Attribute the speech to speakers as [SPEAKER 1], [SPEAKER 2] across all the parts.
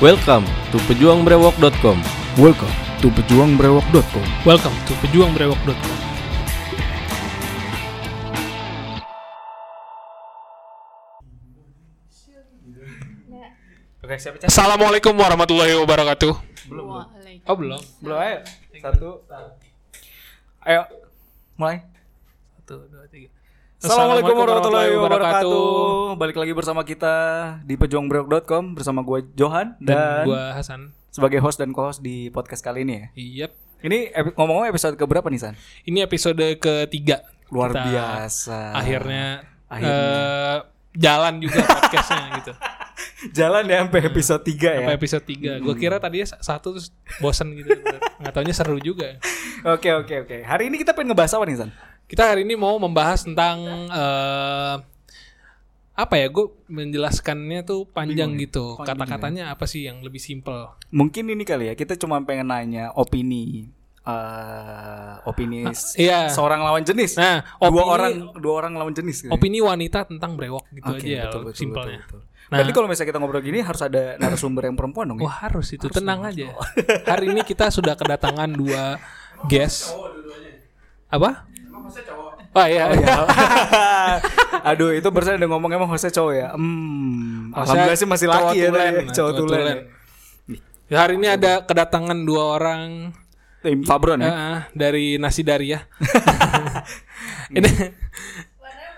[SPEAKER 1] Welcome to pejuangbrewok.com.
[SPEAKER 2] Welcome to pejuangbrewok.com.
[SPEAKER 3] Welcome to pejuangbrewok.com. Oke, siapa cas?
[SPEAKER 4] Assalamualaikum warahmatullahi wabarakatuh.
[SPEAKER 3] Oh, belum.
[SPEAKER 5] Belum ayo. Satu. Ayo. Mulai.
[SPEAKER 3] Satu, dua, tiga.
[SPEAKER 5] Assalamualaikum warahmatullahi wabarakatuh. Balik lagi bersama kita di pejuangbrewok.com bersama gue Johan
[SPEAKER 3] Dan
[SPEAKER 5] dan,
[SPEAKER 3] Eh, gua Hasan.
[SPEAKER 5] sebagai host dan co-host di podcast kali ini ya.
[SPEAKER 3] Yep.
[SPEAKER 5] Ini epi- ngomong-ngomong episode keberapa nih San?
[SPEAKER 3] Ini episode ketiga.
[SPEAKER 5] Luar
[SPEAKER 3] Kita
[SPEAKER 5] biasa.
[SPEAKER 3] Ah, Akhirnya,
[SPEAKER 5] Akhirnya.
[SPEAKER 3] eh, jalan juga podcastnya gitu.
[SPEAKER 5] Jalan ya sampai episode 3 ya.
[SPEAKER 3] Sampai episode 3. Gua kira tadinya satu terus bosen gitu. Nggak taunya seru juga.
[SPEAKER 5] Oke oke oke. Hari ini kita pengen ngebahas apa nih San?
[SPEAKER 3] Kita hari ini mau membahas tentang eh, apa ya? Gue menjelaskannya tuh panjang
[SPEAKER 5] ya?
[SPEAKER 3] gitu. Kata-katanya apa sih yang lebih simpel?
[SPEAKER 5] Mungkin ini kali ya. Kita cuma pengen nanya opini eh, opini s-
[SPEAKER 3] Iya.
[SPEAKER 5] seorang lawan jenis.
[SPEAKER 3] Nah,
[SPEAKER 5] dua
[SPEAKER 3] opini- Nah,
[SPEAKER 5] orang dua orang lawan jenis gitu.
[SPEAKER 3] Opini wanita tentang brewok gitu
[SPEAKER 5] Oke,
[SPEAKER 3] aja,
[SPEAKER 5] betul, betul,
[SPEAKER 3] simpelnya. Nah,
[SPEAKER 5] betul, betul. gitu. Berarti kalau misalnya kita ngobrol gini harus ada narasumber yang perempuan dong.
[SPEAKER 3] wah
[SPEAKER 5] Ya?
[SPEAKER 3] harus itu tenang aja. hari ini kita sudah kedatangan dua guest. Apa? Oh iya,
[SPEAKER 5] Aduh, itu barusan udah ngomong emang hostnya cowok ya. Hmm,
[SPEAKER 3] Hostnya
[SPEAKER 5] alhamdulillah sih masih
[SPEAKER 3] cowok
[SPEAKER 5] laki ya
[SPEAKER 3] tulen, nah,
[SPEAKER 5] tadi. Cowok
[SPEAKER 3] cowok
[SPEAKER 5] tulen.
[SPEAKER 3] tulen. Ya, hari ini ada kedatangan dua orang
[SPEAKER 5] Tim Fabron ya.
[SPEAKER 3] Heeh, dari nasi dari ya. Ini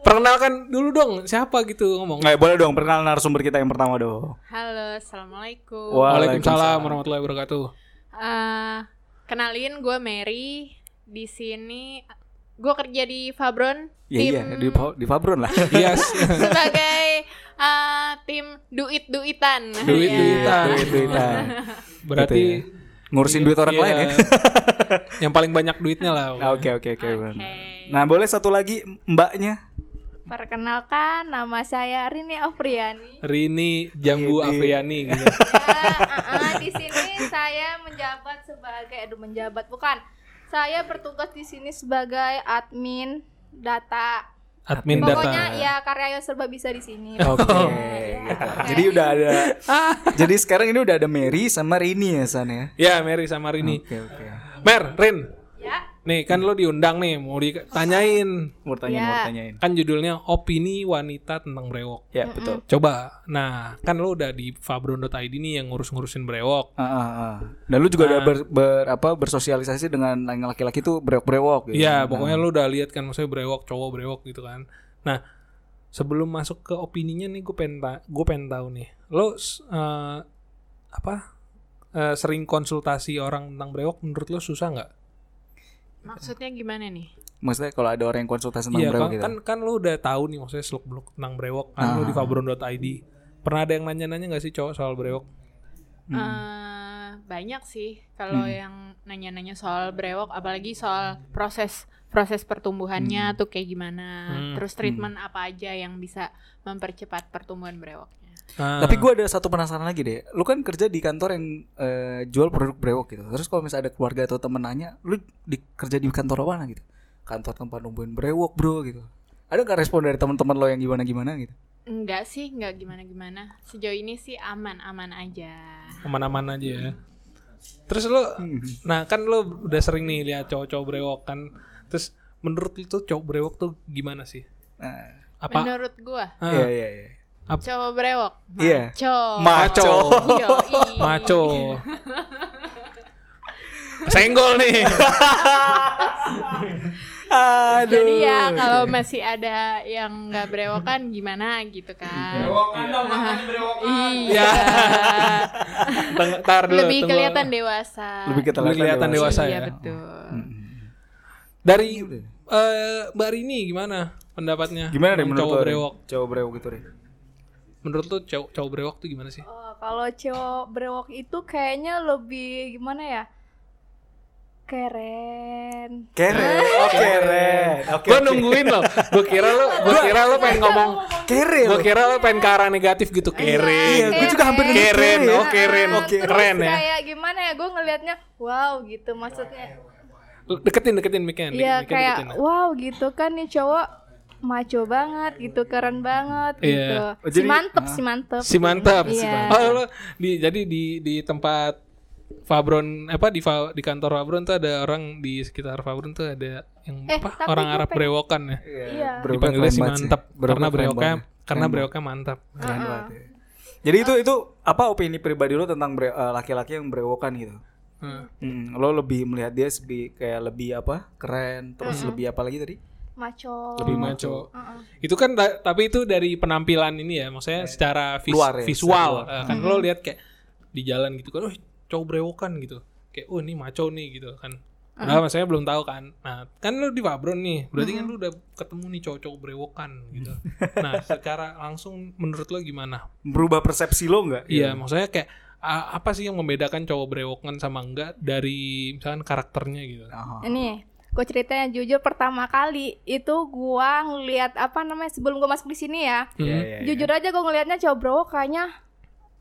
[SPEAKER 3] perkenalkan dulu dong siapa gitu ngomong.
[SPEAKER 5] Nggak, Eh, boleh dong perkenalan narasumber kita yang pertama dong.
[SPEAKER 6] Halo,
[SPEAKER 5] Oh.
[SPEAKER 6] assalamualaikum.
[SPEAKER 3] Waalaikumsalam warahmatullahi wabarakatuh.
[SPEAKER 6] Eh, kenalin gue Mary. Di sini gue kerja di Fabron.
[SPEAKER 5] Iya iya di, Fa- di Fabron lah.
[SPEAKER 3] Yes.
[SPEAKER 6] sebagai eh, tim Iya. duit duitan.
[SPEAKER 3] Duit duitan.
[SPEAKER 5] Duit duitan.
[SPEAKER 3] Iya, Berarti
[SPEAKER 5] Gitu ya. ngurusin duit orang
[SPEAKER 3] iya,
[SPEAKER 5] lain ya.
[SPEAKER 3] yang paling banyak duitnya lah.
[SPEAKER 5] Nah, Oke oke oke. benar.
[SPEAKER 6] Oke.
[SPEAKER 5] Nah boleh satu lagi mbaknya.
[SPEAKER 6] Perkenalkan, nama saya Rini Afriani.
[SPEAKER 3] Rini
[SPEAKER 5] Iya,
[SPEAKER 3] Jambu Afriani gitu.
[SPEAKER 6] Ya, eh, di sini saya menjabat sebagai aduh menjabat bukan. Saya bertugas di sini sebagai admin data.
[SPEAKER 3] Admin
[SPEAKER 6] Pokoknya
[SPEAKER 3] data. Oh.
[SPEAKER 6] ya karyawan serba bisa di sini.
[SPEAKER 5] Oke. gitu. Jadi udah ada. jadi sekarang ini udah ada Mary sama Rini ya San ya.
[SPEAKER 3] Ya, Mary sama Rini.
[SPEAKER 5] Oke oke.
[SPEAKER 3] Mer, Rin.
[SPEAKER 6] Ya.
[SPEAKER 3] Nih, kan lo diundang nih mau ditanyain.
[SPEAKER 5] Mau tanyain,
[SPEAKER 6] Ya.
[SPEAKER 5] mau tanyain.
[SPEAKER 3] Kan judulnya opini wanita tentang brewok.
[SPEAKER 5] Ya betul.
[SPEAKER 3] Coba, nah kan lo udah di fabron.id nih yang ngurus-ngurusin brewok.
[SPEAKER 5] Ah, ah, ah. Dan lu juga udah ber, ber- apa bersosialisasi dengan yang laki-laki tuh brewok-brewok gitu.
[SPEAKER 3] Iya, pokoknya lo udah lihat kan maksudnya brewok, cowok brewok gitu kan. Nah, sebelum masuk ke opininya nih gue pengen ta- gue pengen tahu nih. Lo s- eh, apa eh, sering konsultasi orang tentang brewok menurut lo susah nggak?
[SPEAKER 6] Maksudnya gimana nih?
[SPEAKER 5] Nah, Maksudnya kalau ada orang yang konsultasi tentang
[SPEAKER 3] Iya, kan,
[SPEAKER 5] brewok gitu. Ah.
[SPEAKER 3] kan kan lo udah tahu nih maksudnya seluk beluk tentang brewok kan lo di fabron.id. Pernah ada yang nanya-nanya nggak sih cowok soal brewok?
[SPEAKER 5] Hmm.
[SPEAKER 6] Eh, banyak sih kalau yang nanya-nanya soal brewok, apalagi soal proses proses
[SPEAKER 5] Hmm.
[SPEAKER 6] pertumbuhannya tuh kayak gimana, terus treatment apa aja yang bisa mempercepat pertumbuhan brewoknya.
[SPEAKER 3] Ah,
[SPEAKER 5] Tapi gua ada satu penasaran lagi deh. Lu kan kerja di kantor yang eh, jual produk brewok gitu. Terus kalau misalnya ada keluarga atau temen nanya, lu di, kerja di kantor mana gitu? Kantor tempat nungguin brewok bro gitu. Ada nggak respon dari teman-teman lo yang gimana-gimana gitu?
[SPEAKER 6] Enggak sih, enggak gimana-gimana. Sejauh ini sih aman-aman aja.
[SPEAKER 3] aman-aman aja ya. Terus lo, nah kan lo udah sering nih lihat cowok-cowok brewok kan. Terus menurut lo tuh cowok brewok tuh gimana sih?
[SPEAKER 5] Nah,
[SPEAKER 3] Apa?
[SPEAKER 6] Menurut gua,
[SPEAKER 3] Ah,
[SPEAKER 5] Iya iya iya.
[SPEAKER 6] cowok brewok,
[SPEAKER 5] Iya.
[SPEAKER 6] maco.
[SPEAKER 5] Maco.
[SPEAKER 6] Yoi.
[SPEAKER 3] Maco. Senggol nih.
[SPEAKER 6] Jadi ya kalau masih ada yang nggak brewokan gimana gitu kan. Iya.
[SPEAKER 3] Teng- tar dulu,
[SPEAKER 6] Lebih
[SPEAKER 3] tunggu.
[SPEAKER 6] kelihatan dewasa.
[SPEAKER 5] Lebih
[SPEAKER 3] Lebih kelihatan dewasa
[SPEAKER 6] Iya
[SPEAKER 3] ya.
[SPEAKER 6] betul.
[SPEAKER 3] Dari eh, Mbak Rini gimana pendapatnya?
[SPEAKER 5] Gimana deh
[SPEAKER 3] Tentang
[SPEAKER 5] menurut
[SPEAKER 3] cowok
[SPEAKER 5] lo? Rin?
[SPEAKER 3] brewok?
[SPEAKER 5] Cowok brewok gitu deh.
[SPEAKER 3] Menurut lo cowok, cowok brewok tuh gimana sih?
[SPEAKER 7] Oh, kalau cowok brewok itu kayaknya lebih gimana ya? Keren.
[SPEAKER 5] Keren, oh, keren. Oke.
[SPEAKER 3] Gue nungguin lo. Gue kira lo, gue kira lo pengen ngomong.
[SPEAKER 5] Keren.
[SPEAKER 3] Gue kira lo pengen ke arah negatif gitu keren.
[SPEAKER 5] Iya, gue juga hampir nemu
[SPEAKER 3] Keren, oh keren,
[SPEAKER 7] Ah, terus
[SPEAKER 3] keren ya.
[SPEAKER 7] Kayak gimana ya? Gue ngelihatnya wow gitu maksudnya.
[SPEAKER 3] Deketin, deketin mic-nya.
[SPEAKER 5] Kan
[SPEAKER 7] Iya
[SPEAKER 3] mic-nya
[SPEAKER 5] ya.
[SPEAKER 7] kayak
[SPEAKER 3] deketin.
[SPEAKER 7] wow gitu kan nih cowok maco banget gitu, keren banget
[SPEAKER 3] Iya.
[SPEAKER 7] gitu.
[SPEAKER 5] Oh,
[SPEAKER 7] si
[SPEAKER 5] jadi-
[SPEAKER 7] mantep,
[SPEAKER 5] ah.
[SPEAKER 7] si mantep.
[SPEAKER 3] Si mantap.
[SPEAKER 7] Iya.
[SPEAKER 5] Si mantap.
[SPEAKER 3] Oh, lo di jadi di di tempat Fabron apa di Fa- di kantor Fabron tuh ada orang di sekitar Fabron tuh ada yang
[SPEAKER 7] Eh,
[SPEAKER 3] apa
[SPEAKER 7] tapi
[SPEAKER 3] orang
[SPEAKER 7] gua
[SPEAKER 3] Arab
[SPEAKER 7] pengen-
[SPEAKER 3] brewokan ya.
[SPEAKER 7] Iya.
[SPEAKER 5] Brewokan
[SPEAKER 3] Dipanggilnya
[SPEAKER 5] keren
[SPEAKER 3] si
[SPEAKER 5] banget sih.
[SPEAKER 3] mantap
[SPEAKER 5] Brewokan
[SPEAKER 3] karena
[SPEAKER 5] keren
[SPEAKER 3] brewoknya
[SPEAKER 5] banget.
[SPEAKER 3] karena
[SPEAKER 5] Keren
[SPEAKER 3] brewoknya mantap.
[SPEAKER 7] Ah.
[SPEAKER 5] Keren banget ya. Jadi itu itu apa opini pribadi lo tentang bre- eh, laki-laki yang brewokan gitu?
[SPEAKER 3] Hmm.
[SPEAKER 5] Hmm, lo lebih melihat dia sebi- kayak lebih apa? Keren, terus
[SPEAKER 7] Hmm.
[SPEAKER 5] lebih apa lagi tadi?
[SPEAKER 7] Maco.
[SPEAKER 3] Lebih
[SPEAKER 5] Oh.
[SPEAKER 3] maco.
[SPEAKER 7] Heeh.
[SPEAKER 3] Itu kan ta- tapi itu dari penampilan ini ya, maksudnya secara vis-
[SPEAKER 5] Luar Iya. ya,
[SPEAKER 3] visual.
[SPEAKER 5] secara
[SPEAKER 3] Eh, kan lo lihat kayak di jalan gitu kan, oh cowok brewokan gitu. Kayak oh ini maco nih gitu kan. Nah, maksudnya belum tahu kan. Nah, kan lo di Fabron nih, berarti kan lo udah ketemu nih cowok-cowok brewokan gitu. nah, secara langsung menurut lo gimana?
[SPEAKER 5] Berubah persepsi lo nggak?
[SPEAKER 3] Iya, maksudnya kayak a- apa sih yang membedakan cowok brewokan sama enggak dari misalkan karakternya gitu?
[SPEAKER 5] Aha.
[SPEAKER 7] Ini gue ceritanya jujur pertama kali itu gua ngeliat apa namanya sebelum gua masuk di sini ya
[SPEAKER 5] Iya,
[SPEAKER 3] Hmm.
[SPEAKER 5] iya, iya.
[SPEAKER 7] jujur aja gue ngelihatnya cowok brewo kayaknya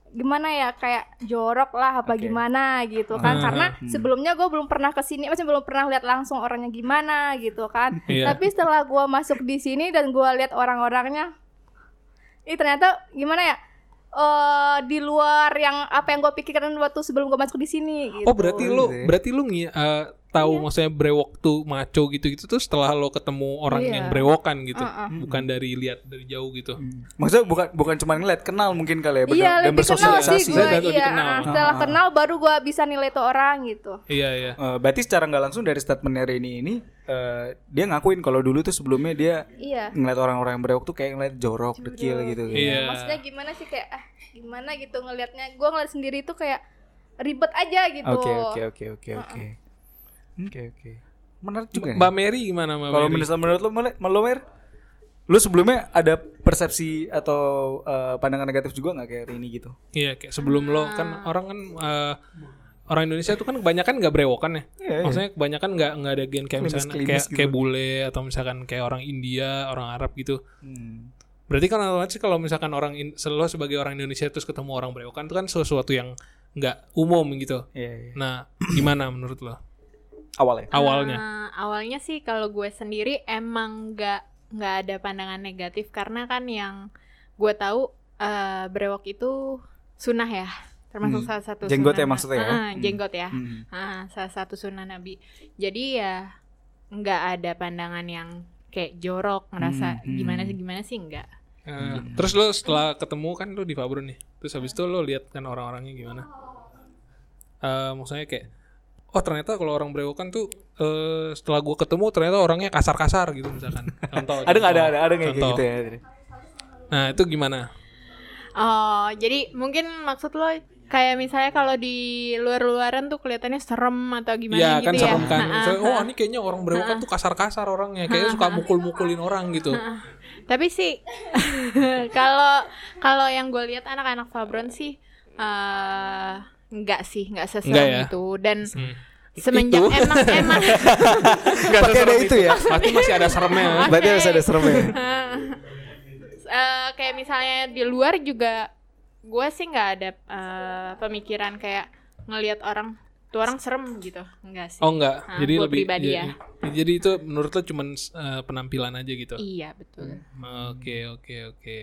[SPEAKER 7] gimana ya kayak jorok lah apa
[SPEAKER 5] Oke.
[SPEAKER 7] gimana gitu kan
[SPEAKER 3] Ah,
[SPEAKER 7] karena
[SPEAKER 5] hmm.
[SPEAKER 7] sebelumnya gue belum pernah kesini masih belum pernah lihat langsung orangnya gimana gitu kan
[SPEAKER 3] Iya.
[SPEAKER 7] tapi setelah gue masuk di sini dan gue lihat orang-orangnya ini ternyata gimana ya eh di luar yang apa yang gue pikirkan waktu sebelum gue masuk di sini gitu. Iya.
[SPEAKER 3] Oh berarti
[SPEAKER 5] gitu
[SPEAKER 3] lu
[SPEAKER 5] ya.
[SPEAKER 3] berarti lu ngi- eh, tahu maksudnya brewok tuh maco gitu-gitu tuh setelah lo ketemu orang
[SPEAKER 7] Iya.
[SPEAKER 3] yang brewokan gitu,
[SPEAKER 7] Uh-uh.
[SPEAKER 3] bukan dari lihat dari jauh gitu.
[SPEAKER 5] Mm. Maksudnya bukan bukan cuma ngeliat, kenal mungkin kali ya, ber-
[SPEAKER 7] Iya,
[SPEAKER 5] dan
[SPEAKER 7] lebih kenal sih
[SPEAKER 5] bersosialisasi.
[SPEAKER 7] gue.
[SPEAKER 3] Dan lebih
[SPEAKER 7] Iya,
[SPEAKER 3] kenal.
[SPEAKER 7] ah, setelah kenal baru gue bisa nilai tuh orang gitu.
[SPEAKER 3] Iya iya.
[SPEAKER 5] Eh, berarti secara nggak langsung dari statementnya Rini ini eh, dia ngakuin kalau dulu tuh sebelumnya dia
[SPEAKER 7] Iya.
[SPEAKER 5] ngeliat orang-orang yang brewok tuh kayak ngeliat jorok, dekil gitu.
[SPEAKER 3] Iya.
[SPEAKER 7] Maksudnya gimana sih kayak ah gimana gitu ngelihatnya? Gue ngeliat sendiri tuh kayak ribet aja gitu.
[SPEAKER 5] Oke oke oke oke oke. Oke oke. Hmm? Menarik juga. nih.
[SPEAKER 3] Mbak Mary gimana Mbak
[SPEAKER 5] Kalau
[SPEAKER 3] Mary?
[SPEAKER 5] menurut menurut lo, Mele- Mel- lo Mer, lo sebelumnya ada persepsi atau eh, pandangan negatif juga nggak kayak Rini gitu?
[SPEAKER 3] Iya kayak sebelum
[SPEAKER 7] Ah.
[SPEAKER 3] lo kan orang kan eh, orang Indonesia tuh kan kebanyakan nggak brewokan ya.
[SPEAKER 5] Iya,
[SPEAKER 3] Maksudnya kebanyakan nggak nggak ada gen kayak misalkan
[SPEAKER 5] Klimis-klimis
[SPEAKER 3] kayak,
[SPEAKER 5] gitu.
[SPEAKER 3] kayak bule atau misalkan kayak orang India, orang Arab gitu.
[SPEAKER 5] Hmm.
[SPEAKER 3] Berarti kan otomatis kalau misalkan orang in, lo sebagai orang Indonesia terus ketemu orang brewokan itu kan sesuatu yang nggak umum gitu.
[SPEAKER 5] Iya, iya.
[SPEAKER 3] Nah, gimana menurut lo
[SPEAKER 5] Awalnya.
[SPEAKER 3] awalnya?
[SPEAKER 6] Eh, awalnya sih kalau gue sendiri emang nggak nggak ada pandangan negatif karena kan yang gue tahu eh brewok itu sunah ya termasuk
[SPEAKER 5] Hmm.
[SPEAKER 6] salah satu
[SPEAKER 5] Jenggot
[SPEAKER 6] sunah
[SPEAKER 5] ya maksudnya ya?
[SPEAKER 6] Ah, ah,
[SPEAKER 5] Hmm.
[SPEAKER 6] jenggot ya
[SPEAKER 5] Hmm.
[SPEAKER 6] Ah, salah satu sunnah Nabi. Jadi ya nggak ada pandangan yang kayak jorok
[SPEAKER 5] Hmm,
[SPEAKER 6] ngerasa
[SPEAKER 5] hmm.
[SPEAKER 6] gimana sih gimana sih nggak.
[SPEAKER 3] Eh,
[SPEAKER 5] Iya.
[SPEAKER 3] Terus lo setelah ketemu kan lo di Fabro nih. Terus habis itu lo lihat kan orang-orangnya gimana? Eh maksudnya kayak oh ternyata kalau orang brewokan tuh eh setelah gua ketemu ternyata orangnya kasar-kasar gitu misalkan. Contoh.
[SPEAKER 5] Ada nggak ada ada ada nggak kayak
[SPEAKER 3] Contoh.
[SPEAKER 5] gitu ya?
[SPEAKER 3] Nah, itu gimana?
[SPEAKER 6] Oh jadi mungkin maksud lo kayak misalnya kalau di luar-luaran tuh kelihatannya serem atau gimana
[SPEAKER 3] Iya,
[SPEAKER 6] gitu
[SPEAKER 3] kan
[SPEAKER 6] ya.
[SPEAKER 3] serem kan.
[SPEAKER 6] Nah, ah,
[SPEAKER 3] Misalnya,
[SPEAKER 6] ah.
[SPEAKER 3] oh, ini kayaknya orang brewokan tuh kasar-kasar orangnya, kayaknya suka mukul-mukulin orang gitu.
[SPEAKER 6] Tapi sih kalau kalau yang gue lihat anak-anak Fabron sih eh nggak sih nggak seserem
[SPEAKER 3] Nggak ya?
[SPEAKER 6] itu dan
[SPEAKER 3] Hmm.
[SPEAKER 6] semenjak
[SPEAKER 3] Itu.
[SPEAKER 6] emang emang
[SPEAKER 5] Gak Pakai ada itu ya?
[SPEAKER 3] Pasti masih ada seremnya.
[SPEAKER 5] Berarti harus ada seremnya. ya?
[SPEAKER 6] Eh, kayak misalnya di luar juga gue sih nggak ada eh, pemikiran kayak ngelihat orang tuh orang serem gitu enggak sih
[SPEAKER 3] Oh enggak,
[SPEAKER 6] Ah,
[SPEAKER 3] jadi
[SPEAKER 6] gua
[SPEAKER 3] lebih
[SPEAKER 6] pribadi
[SPEAKER 3] jadi, jadi itu menurut lo cuman eh, penampilan aja gitu.
[SPEAKER 6] iya betul
[SPEAKER 3] Oke oke oke.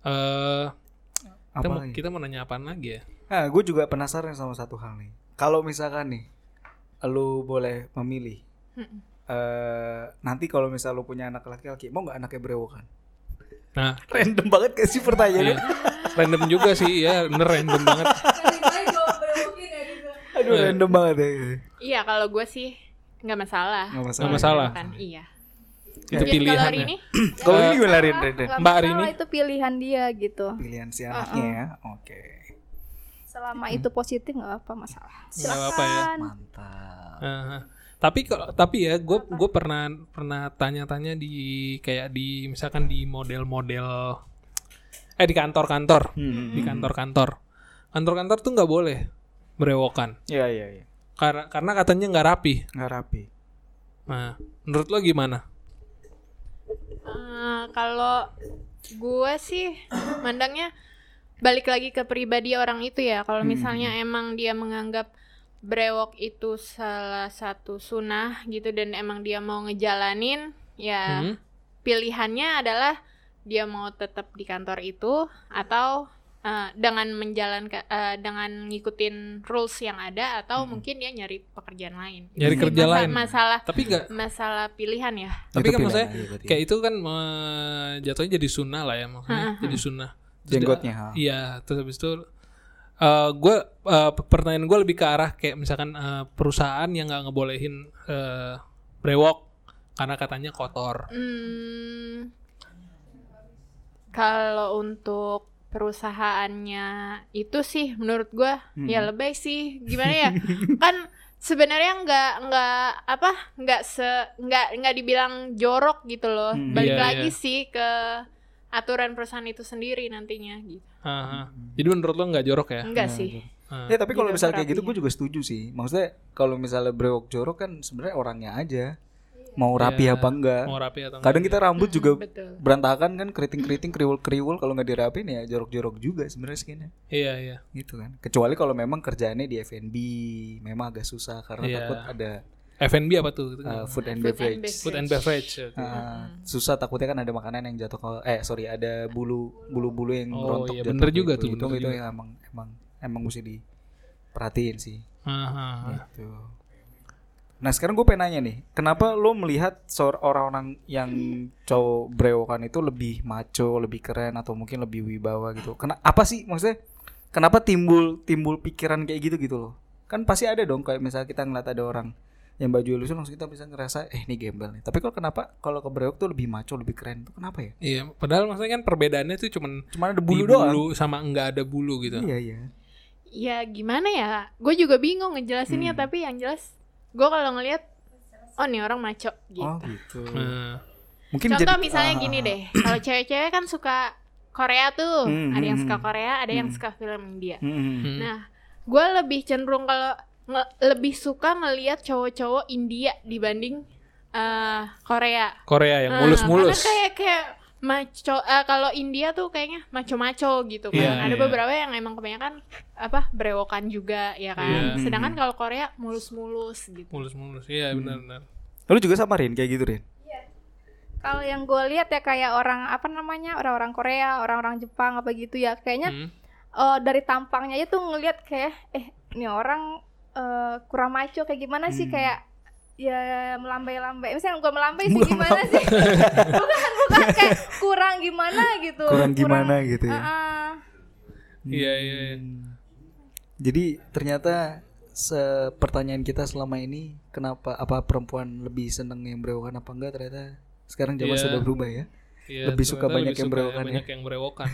[SPEAKER 3] Eh, kita,
[SPEAKER 5] Apa
[SPEAKER 3] mau,
[SPEAKER 5] lagi?
[SPEAKER 3] kita mau nanya apaan lagi ya?
[SPEAKER 5] Nah, gue juga penasaran sama satu hal nih. Kalau misalkan nih, lu boleh memilih.
[SPEAKER 6] Mm-mm.
[SPEAKER 5] Eh, nanti kalau misal lu punya anak laki-laki, mau nggak anaknya brewokan?
[SPEAKER 3] Nah,
[SPEAKER 5] Random banget kayak sih
[SPEAKER 3] iya.
[SPEAKER 5] pertanyaannya.
[SPEAKER 3] random juga sih, ya bener random banget.
[SPEAKER 5] Aduh, random banget ya.
[SPEAKER 6] iya kalau gue sih nggak masalah
[SPEAKER 5] Nggak masalah.
[SPEAKER 3] Nggak masalah.
[SPEAKER 6] kan iya
[SPEAKER 3] Itu
[SPEAKER 6] Jadi kalau
[SPEAKER 3] pilihan ya.
[SPEAKER 6] ini
[SPEAKER 5] Kalau ini gimana Rin? Rin, Rin?
[SPEAKER 7] Nggak
[SPEAKER 3] Mbak
[SPEAKER 7] masalah,
[SPEAKER 3] Rini?
[SPEAKER 7] itu pilihan dia gitu.
[SPEAKER 5] Pilihan si anaknya ya. Oke.
[SPEAKER 7] Selama itu positif nggak apa masalah.
[SPEAKER 3] Nggak apa-apa ya.
[SPEAKER 7] Silakan.
[SPEAKER 5] Mantap.
[SPEAKER 3] Eh, tapi kalau tapi ya gue gue pernah pernah tanya-tanya di kayak di misalkan di model-model eh di kantor-kantor
[SPEAKER 5] Hmm.
[SPEAKER 3] di kantor-kantor kantor-kantor tuh nggak boleh berewokan
[SPEAKER 5] Iya, iya, iya.
[SPEAKER 3] karena karena katanya nggak rapi.
[SPEAKER 5] Nggak rapi.
[SPEAKER 3] Nah, menurut lo gimana?
[SPEAKER 6] eh, kalau gue sih mandangnya balik lagi ke pribadi orang itu ya
[SPEAKER 3] Hmm,
[SPEAKER 6] kalau misalnya emang dia menganggap brewok itu salah satu sunnah gitu dan emang dia mau ngejalanin ya
[SPEAKER 3] Hmm?
[SPEAKER 6] pilihannya adalah dia mau tetap di kantor itu atau eh, dengan menjalankan eh, dengan ngikutin rules yang ada atau mungkin dia nyari pekerjaan lain.
[SPEAKER 3] Hmm. Nyari
[SPEAKER 6] Ini
[SPEAKER 3] kerja
[SPEAKER 6] masa-
[SPEAKER 3] lain.
[SPEAKER 6] Masalah
[SPEAKER 3] Tapi nggak
[SPEAKER 6] masalah pilihan ya.
[SPEAKER 3] Tapi kan maksudnya kayak
[SPEAKER 5] kayak
[SPEAKER 3] itu kan eh, jatuhnya jadi sunnah lah ya maksudnya jadi sunnah Terus dia-
[SPEAKER 5] jenggotnya. ha.
[SPEAKER 3] iya terus habis itu eh gue eh, pertanyaan gue lebih ke arah kayak misalkan eh, perusahaan yang nggak ngebolehin eh, brewok karena katanya kotor
[SPEAKER 6] Hmm, kalau untuk perusahaannya itu sih menurut gua ya
[SPEAKER 5] Hmm.
[SPEAKER 6] lebih sih gimana ya kan sebenarnya nggak nggak apa nggak se nggak nggak dibilang jorok gitu loh
[SPEAKER 5] Hmm.
[SPEAKER 6] balik
[SPEAKER 3] Iya,
[SPEAKER 6] lagi
[SPEAKER 3] iya.
[SPEAKER 6] sih ke aturan perusahaan itu sendiri nantinya gitu
[SPEAKER 3] Aha. jadi menurut lo nggak jorok ya
[SPEAKER 6] enggak
[SPEAKER 5] Iya,
[SPEAKER 6] sih
[SPEAKER 5] iya. Ya tapi kalau
[SPEAKER 6] Juga
[SPEAKER 5] misalnya kayak gitu
[SPEAKER 6] terapinya.
[SPEAKER 5] gue juga setuju sih. Maksudnya kalau misalnya brewok jorok kan sebenarnya orangnya aja mau rapi
[SPEAKER 3] Iya.
[SPEAKER 5] apa enggak.
[SPEAKER 3] mau rapi atau
[SPEAKER 5] Kadang
[SPEAKER 3] enggak?
[SPEAKER 5] kita rambut
[SPEAKER 6] Mm-mm,
[SPEAKER 5] juga
[SPEAKER 6] betul
[SPEAKER 5] berantakan kan keriting-keriting kriwul-kriwul kalau nggak dirapin ya jorok-jorok juga sebenarnya skinnya
[SPEAKER 3] iya iya
[SPEAKER 5] gitu kan kecuali kalau memang kerjaannya di F&B memang agak susah karena
[SPEAKER 3] Iya.
[SPEAKER 5] takut ada
[SPEAKER 3] F&B apa tuh
[SPEAKER 5] uh, food and
[SPEAKER 6] Food and
[SPEAKER 5] beverage
[SPEAKER 6] beverage.
[SPEAKER 3] food and beverage oke.
[SPEAKER 5] Uh, susah takutnya kan ada makanan yang jatuh ke eh sorry ada bulu bulu-bulu yang
[SPEAKER 3] Oh,
[SPEAKER 5] rontok
[SPEAKER 3] iya,
[SPEAKER 5] jatuh
[SPEAKER 3] bener
[SPEAKER 5] ke
[SPEAKER 3] juga
[SPEAKER 5] itu.
[SPEAKER 3] tuh,
[SPEAKER 5] itu,
[SPEAKER 3] bener
[SPEAKER 5] itu
[SPEAKER 3] juga.
[SPEAKER 5] yang emang emang emang mesti diperhatiin sih
[SPEAKER 3] Aha.
[SPEAKER 5] gitu nah sekarang gue pengen nanya nih kenapa lo melihat seorang-orang yang cowok brewokan itu lebih maco lebih keren atau mungkin lebih wibawa gitu kena apa sih maksudnya kenapa timbul timbul pikiran kayak gitu gitu loh kan pasti ada dong kayak misalnya kita ngeliat ada orang yang baju lusuh langsung kita bisa ngerasa eh ini gembel nih tapi kalau kenapa kalau ke brewok tuh lebih maco lebih keren tuh kenapa ya
[SPEAKER 3] Iya, padahal maksudnya kan perbedaannya tuh cuman
[SPEAKER 5] cuma ada
[SPEAKER 3] di
[SPEAKER 5] bulu doang
[SPEAKER 3] bulu sama enggak ada bulu gitu.
[SPEAKER 5] iya iya
[SPEAKER 6] ya gimana ya gue juga bingung ngejelasinnya
[SPEAKER 5] Hmm.
[SPEAKER 6] tapi yang jelas gue kalau ngelihat oh nih orang maco gitu
[SPEAKER 5] oh gitu
[SPEAKER 3] Nah,
[SPEAKER 5] mungkin
[SPEAKER 6] Contoh
[SPEAKER 5] jadi-
[SPEAKER 6] misalnya
[SPEAKER 5] ah, ah,
[SPEAKER 6] gini
[SPEAKER 5] ah.
[SPEAKER 6] deh, kalau cewek-cewek kan suka Korea tuh,
[SPEAKER 5] Hmm,
[SPEAKER 6] ada yang
[SPEAKER 5] hmm,
[SPEAKER 6] suka
[SPEAKER 5] hmm.
[SPEAKER 6] Korea, ada yang
[SPEAKER 5] Hmm.
[SPEAKER 6] suka film India.
[SPEAKER 5] Hmm, hmm.
[SPEAKER 3] hmm.
[SPEAKER 6] Nah, gue lebih cenderung kalau nge- lebih suka ngelihat cowok-cowok India dibanding eh, Korea.
[SPEAKER 3] Korea yang
[SPEAKER 6] Nah,
[SPEAKER 3] mulus-mulus.
[SPEAKER 6] Karena kayak kayak maco, eh, kalau India tuh kayaknya maco-maco gitu kan.
[SPEAKER 3] Iya,
[SPEAKER 6] ada
[SPEAKER 3] iya.
[SPEAKER 6] beberapa yang emang kebanyakan apa brewokan juga ya kan.
[SPEAKER 5] Iya.
[SPEAKER 6] Sedangkan kalau Korea mulus-mulus gitu.
[SPEAKER 3] Mulus-mulus. Iya, benar-benar.
[SPEAKER 5] Lu juga sama Rin kayak gitu Rin?
[SPEAKER 7] Kalau yang gue lihat ya kayak orang apa namanya orang-orang Korea, orang-orang Jepang apa gitu ya kayaknya
[SPEAKER 3] Hmm.
[SPEAKER 7] eh, dari tampangnya aja tuh ngelihat kayak eh ini orang eh, kurang maco kayak gimana sih
[SPEAKER 5] Hmm.
[SPEAKER 7] kayak ya melambai-lambai. Misalnya gue melambai sih
[SPEAKER 5] Bukan
[SPEAKER 7] gimana
[SPEAKER 5] melambai.
[SPEAKER 7] sih? bukan bukan kayak kurang gimana gitu.
[SPEAKER 5] Kurang gimana gitu ya.
[SPEAKER 7] Heeh.
[SPEAKER 3] Iya, iya, iya.
[SPEAKER 5] Hmm. Jadi ternyata se- pertanyaan kita selama ini kenapa apa perempuan lebih seneng yang berewokan apa enggak ternyata sekarang zaman
[SPEAKER 3] Iya.
[SPEAKER 5] sudah berubah ya.
[SPEAKER 3] Iya,
[SPEAKER 5] Lebih suka
[SPEAKER 3] ternyata
[SPEAKER 5] banyak yang
[SPEAKER 3] suka
[SPEAKER 5] berewokan ya.
[SPEAKER 3] Banyak yang berewokan.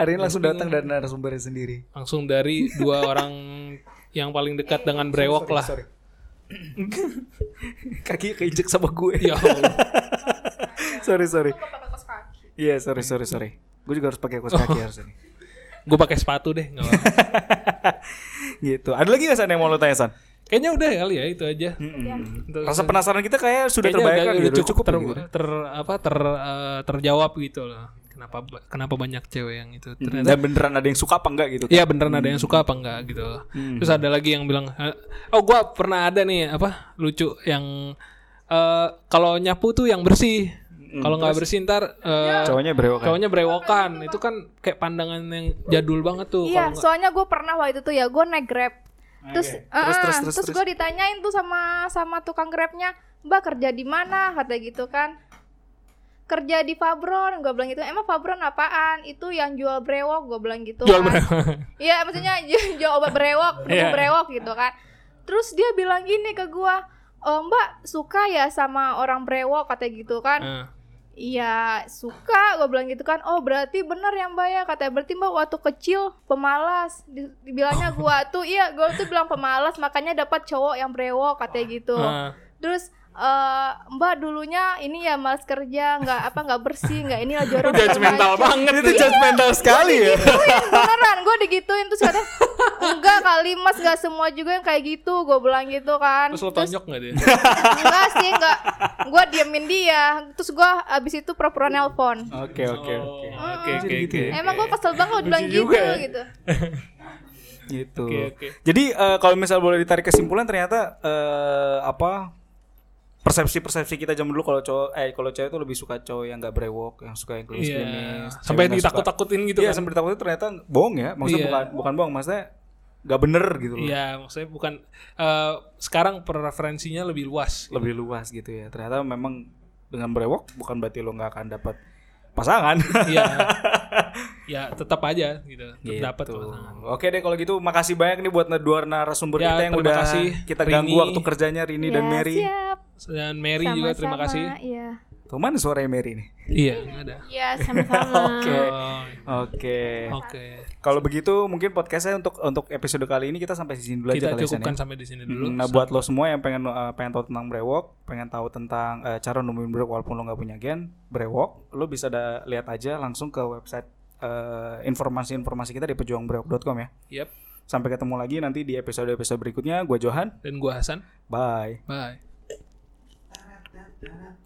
[SPEAKER 5] Hari ini langsung
[SPEAKER 3] Mungkin-
[SPEAKER 5] datang dari narasumbernya sendiri.
[SPEAKER 3] Langsung dari dua orang yang paling dekat dengan brewok lah.
[SPEAKER 5] Sorry. Kaki keinjek sama gue.
[SPEAKER 3] Ya Allah.
[SPEAKER 5] sorry sorry. Iya sorry sorry sorry. Gue juga harus pakai kaos
[SPEAKER 3] Oh.
[SPEAKER 5] kaki harusnya.
[SPEAKER 3] gue pakai sepatu deh. nggak apa-apa.
[SPEAKER 5] Gitu. Ada lagi nggak San yang mau lo tanya San?
[SPEAKER 3] Kayaknya udah kali ya itu aja.
[SPEAKER 5] Hmm.
[SPEAKER 3] Untuk-
[SPEAKER 5] Rasa penasaran kita kayak sudah
[SPEAKER 3] Kayaknya
[SPEAKER 5] terbayarkan
[SPEAKER 3] udah,
[SPEAKER 5] gitu.
[SPEAKER 3] udah cukup, ter,
[SPEAKER 5] gitu.
[SPEAKER 3] ter apa ter eh, terjawab gitu loh. Kenapa ba- kenapa banyak cewek yang itu? Ternyata
[SPEAKER 5] Dan beneran ada yang suka Hmm. apa enggak gitu?
[SPEAKER 3] Iya beneran ada yang suka apa enggak gitu. Terus ada lagi yang bilang, "Eh, oh gua pernah ada nih apa lucu yang eh, kalau nyapu tuh yang bersih,
[SPEAKER 5] Hmm,
[SPEAKER 3] kalau nggak bersih ntar eh,
[SPEAKER 7] Ya.
[SPEAKER 5] Cowoknya berewokan.
[SPEAKER 3] cowoknya berewokan. Itu kan kayak pandangan yang jadul banget tuh. kalau
[SPEAKER 7] Iya,
[SPEAKER 3] nggak-
[SPEAKER 7] soalnya gue pernah waktu itu ya gue naik grab. Terus,
[SPEAKER 5] Terus,
[SPEAKER 7] ah, terus,
[SPEAKER 5] terus, terus, terus.
[SPEAKER 7] gue ditanyain tuh sama sama tukang grabnya, Mbak kerja di mana? Kata gitu kan. Kerja di Fabron, gue bilang gitu. Emang Fabron apaan? Itu yang jual brewok, gue bilang gitu.
[SPEAKER 3] Jual
[SPEAKER 7] kan.
[SPEAKER 3] berewok.
[SPEAKER 7] Iya, maksudnya jual obat brewok, bumbu
[SPEAKER 3] Iya.
[SPEAKER 7] brewok gitu kan. Terus dia bilang gini ke gue, oh, Mbak suka ya sama orang brewok, kata gitu kan.
[SPEAKER 3] Eh,
[SPEAKER 7] Iya suka gue bilang gitu kan Oh berarti bener ya mbak ya Katanya berarti mbak waktu kecil pemalas Di- Dibilangnya gue tuh iya gue tuh bilang pemalas Makanya dapat cowok yang brewok katanya gitu
[SPEAKER 3] eh,
[SPEAKER 7] Terus eh, mbak dulunya ini ya malas kerja nggak apa nggak bersih nggak inilah jorok
[SPEAKER 4] Judgmental
[SPEAKER 7] macam-macam."
[SPEAKER 4] banget
[SPEAKER 5] Itu judgmental sekali ya.
[SPEAKER 7] Digituin, beneran gue digituin terus katanya enggak kali mas nggak semua juga yang kayak gitu gue bilang gitu kan
[SPEAKER 3] terus lo tonjok nggak dia?
[SPEAKER 7] enggak sih enggak gue diemin dia terus gue abis itu pura-pura nelpon
[SPEAKER 5] Oke oke
[SPEAKER 3] Oh.
[SPEAKER 5] oke.
[SPEAKER 7] Ah.
[SPEAKER 3] Oke oke
[SPEAKER 5] gitu
[SPEAKER 3] oke.
[SPEAKER 5] ya?
[SPEAKER 7] Emang gue kesel banget kalau bilang gitu
[SPEAKER 3] juga ya.
[SPEAKER 7] gitu.
[SPEAKER 5] Gitu.
[SPEAKER 3] Oke, oke.
[SPEAKER 5] Jadi eh, kalau misal boleh ditarik kesimpulan ternyata eh, apa persepsi-persepsi kita zaman dulu kalau cowok eh kalau cewek tuh lebih suka cowok yang gak brewok, yang suka yang klinis
[SPEAKER 3] Iya.
[SPEAKER 5] klinis.
[SPEAKER 3] Sampai ditakut-takutin gitu kan.
[SPEAKER 5] Iya, sampai ditakut ternyata bohong ya. Maksudnya
[SPEAKER 3] Iya.
[SPEAKER 5] bukan bukan bohong, maksudnya gak bener gitu loh.
[SPEAKER 3] Iya, maksudnya bukan eh, sekarang preferensinya lebih luas.
[SPEAKER 5] Lebih luas gitu ya. Ternyata memang dengan brewok bukan berarti lo gak akan dapat pasangan.
[SPEAKER 3] Iya. ya, tetap aja gitu. Tetap dapat
[SPEAKER 5] Gitu.
[SPEAKER 3] pasangan.
[SPEAKER 5] Oke deh kalau gitu makasih banyak nih buat dua narasumber
[SPEAKER 3] Ya,
[SPEAKER 5] kita yang
[SPEAKER 3] terima
[SPEAKER 5] udah
[SPEAKER 3] kasih,
[SPEAKER 5] kita
[SPEAKER 3] Rini.
[SPEAKER 5] ganggu waktu kerjanya Rini dan
[SPEAKER 7] Ya,
[SPEAKER 5] Mary.
[SPEAKER 7] siap.
[SPEAKER 3] Dan Mary juga terima kasih.
[SPEAKER 7] Sama-sama, Iya.
[SPEAKER 5] Tuh mana suaranya Mary nih?
[SPEAKER 3] Iya, ada.
[SPEAKER 6] Iya, sama-sama.
[SPEAKER 5] Oke.
[SPEAKER 3] Oh,
[SPEAKER 5] Oke.
[SPEAKER 3] Oke.
[SPEAKER 5] Kalau begitu mungkin podcastnya untuk untuk episode kali ini kita sampai di sini dulu aja
[SPEAKER 3] Kita
[SPEAKER 5] kali ya, San,
[SPEAKER 3] cukupkan
[SPEAKER 5] ya.
[SPEAKER 3] sampai di sini dulu.
[SPEAKER 5] Mm, Nah buat lo semua yang pengen eh, pengen tahu tentang brewok, pengen tahu tentang eh, cara nemuin brewok walaupun lo nggak punya gen brewok, lo bisa da- lihat aja langsung ke website eh, informasi-informasi kita di pejuangbrewok.com ya.
[SPEAKER 3] Yep.
[SPEAKER 5] Sampai ketemu lagi nanti di episode-episode berikutnya. Gue Johan,
[SPEAKER 3] Dan gua Hasan.
[SPEAKER 5] bye.
[SPEAKER 3] Bye.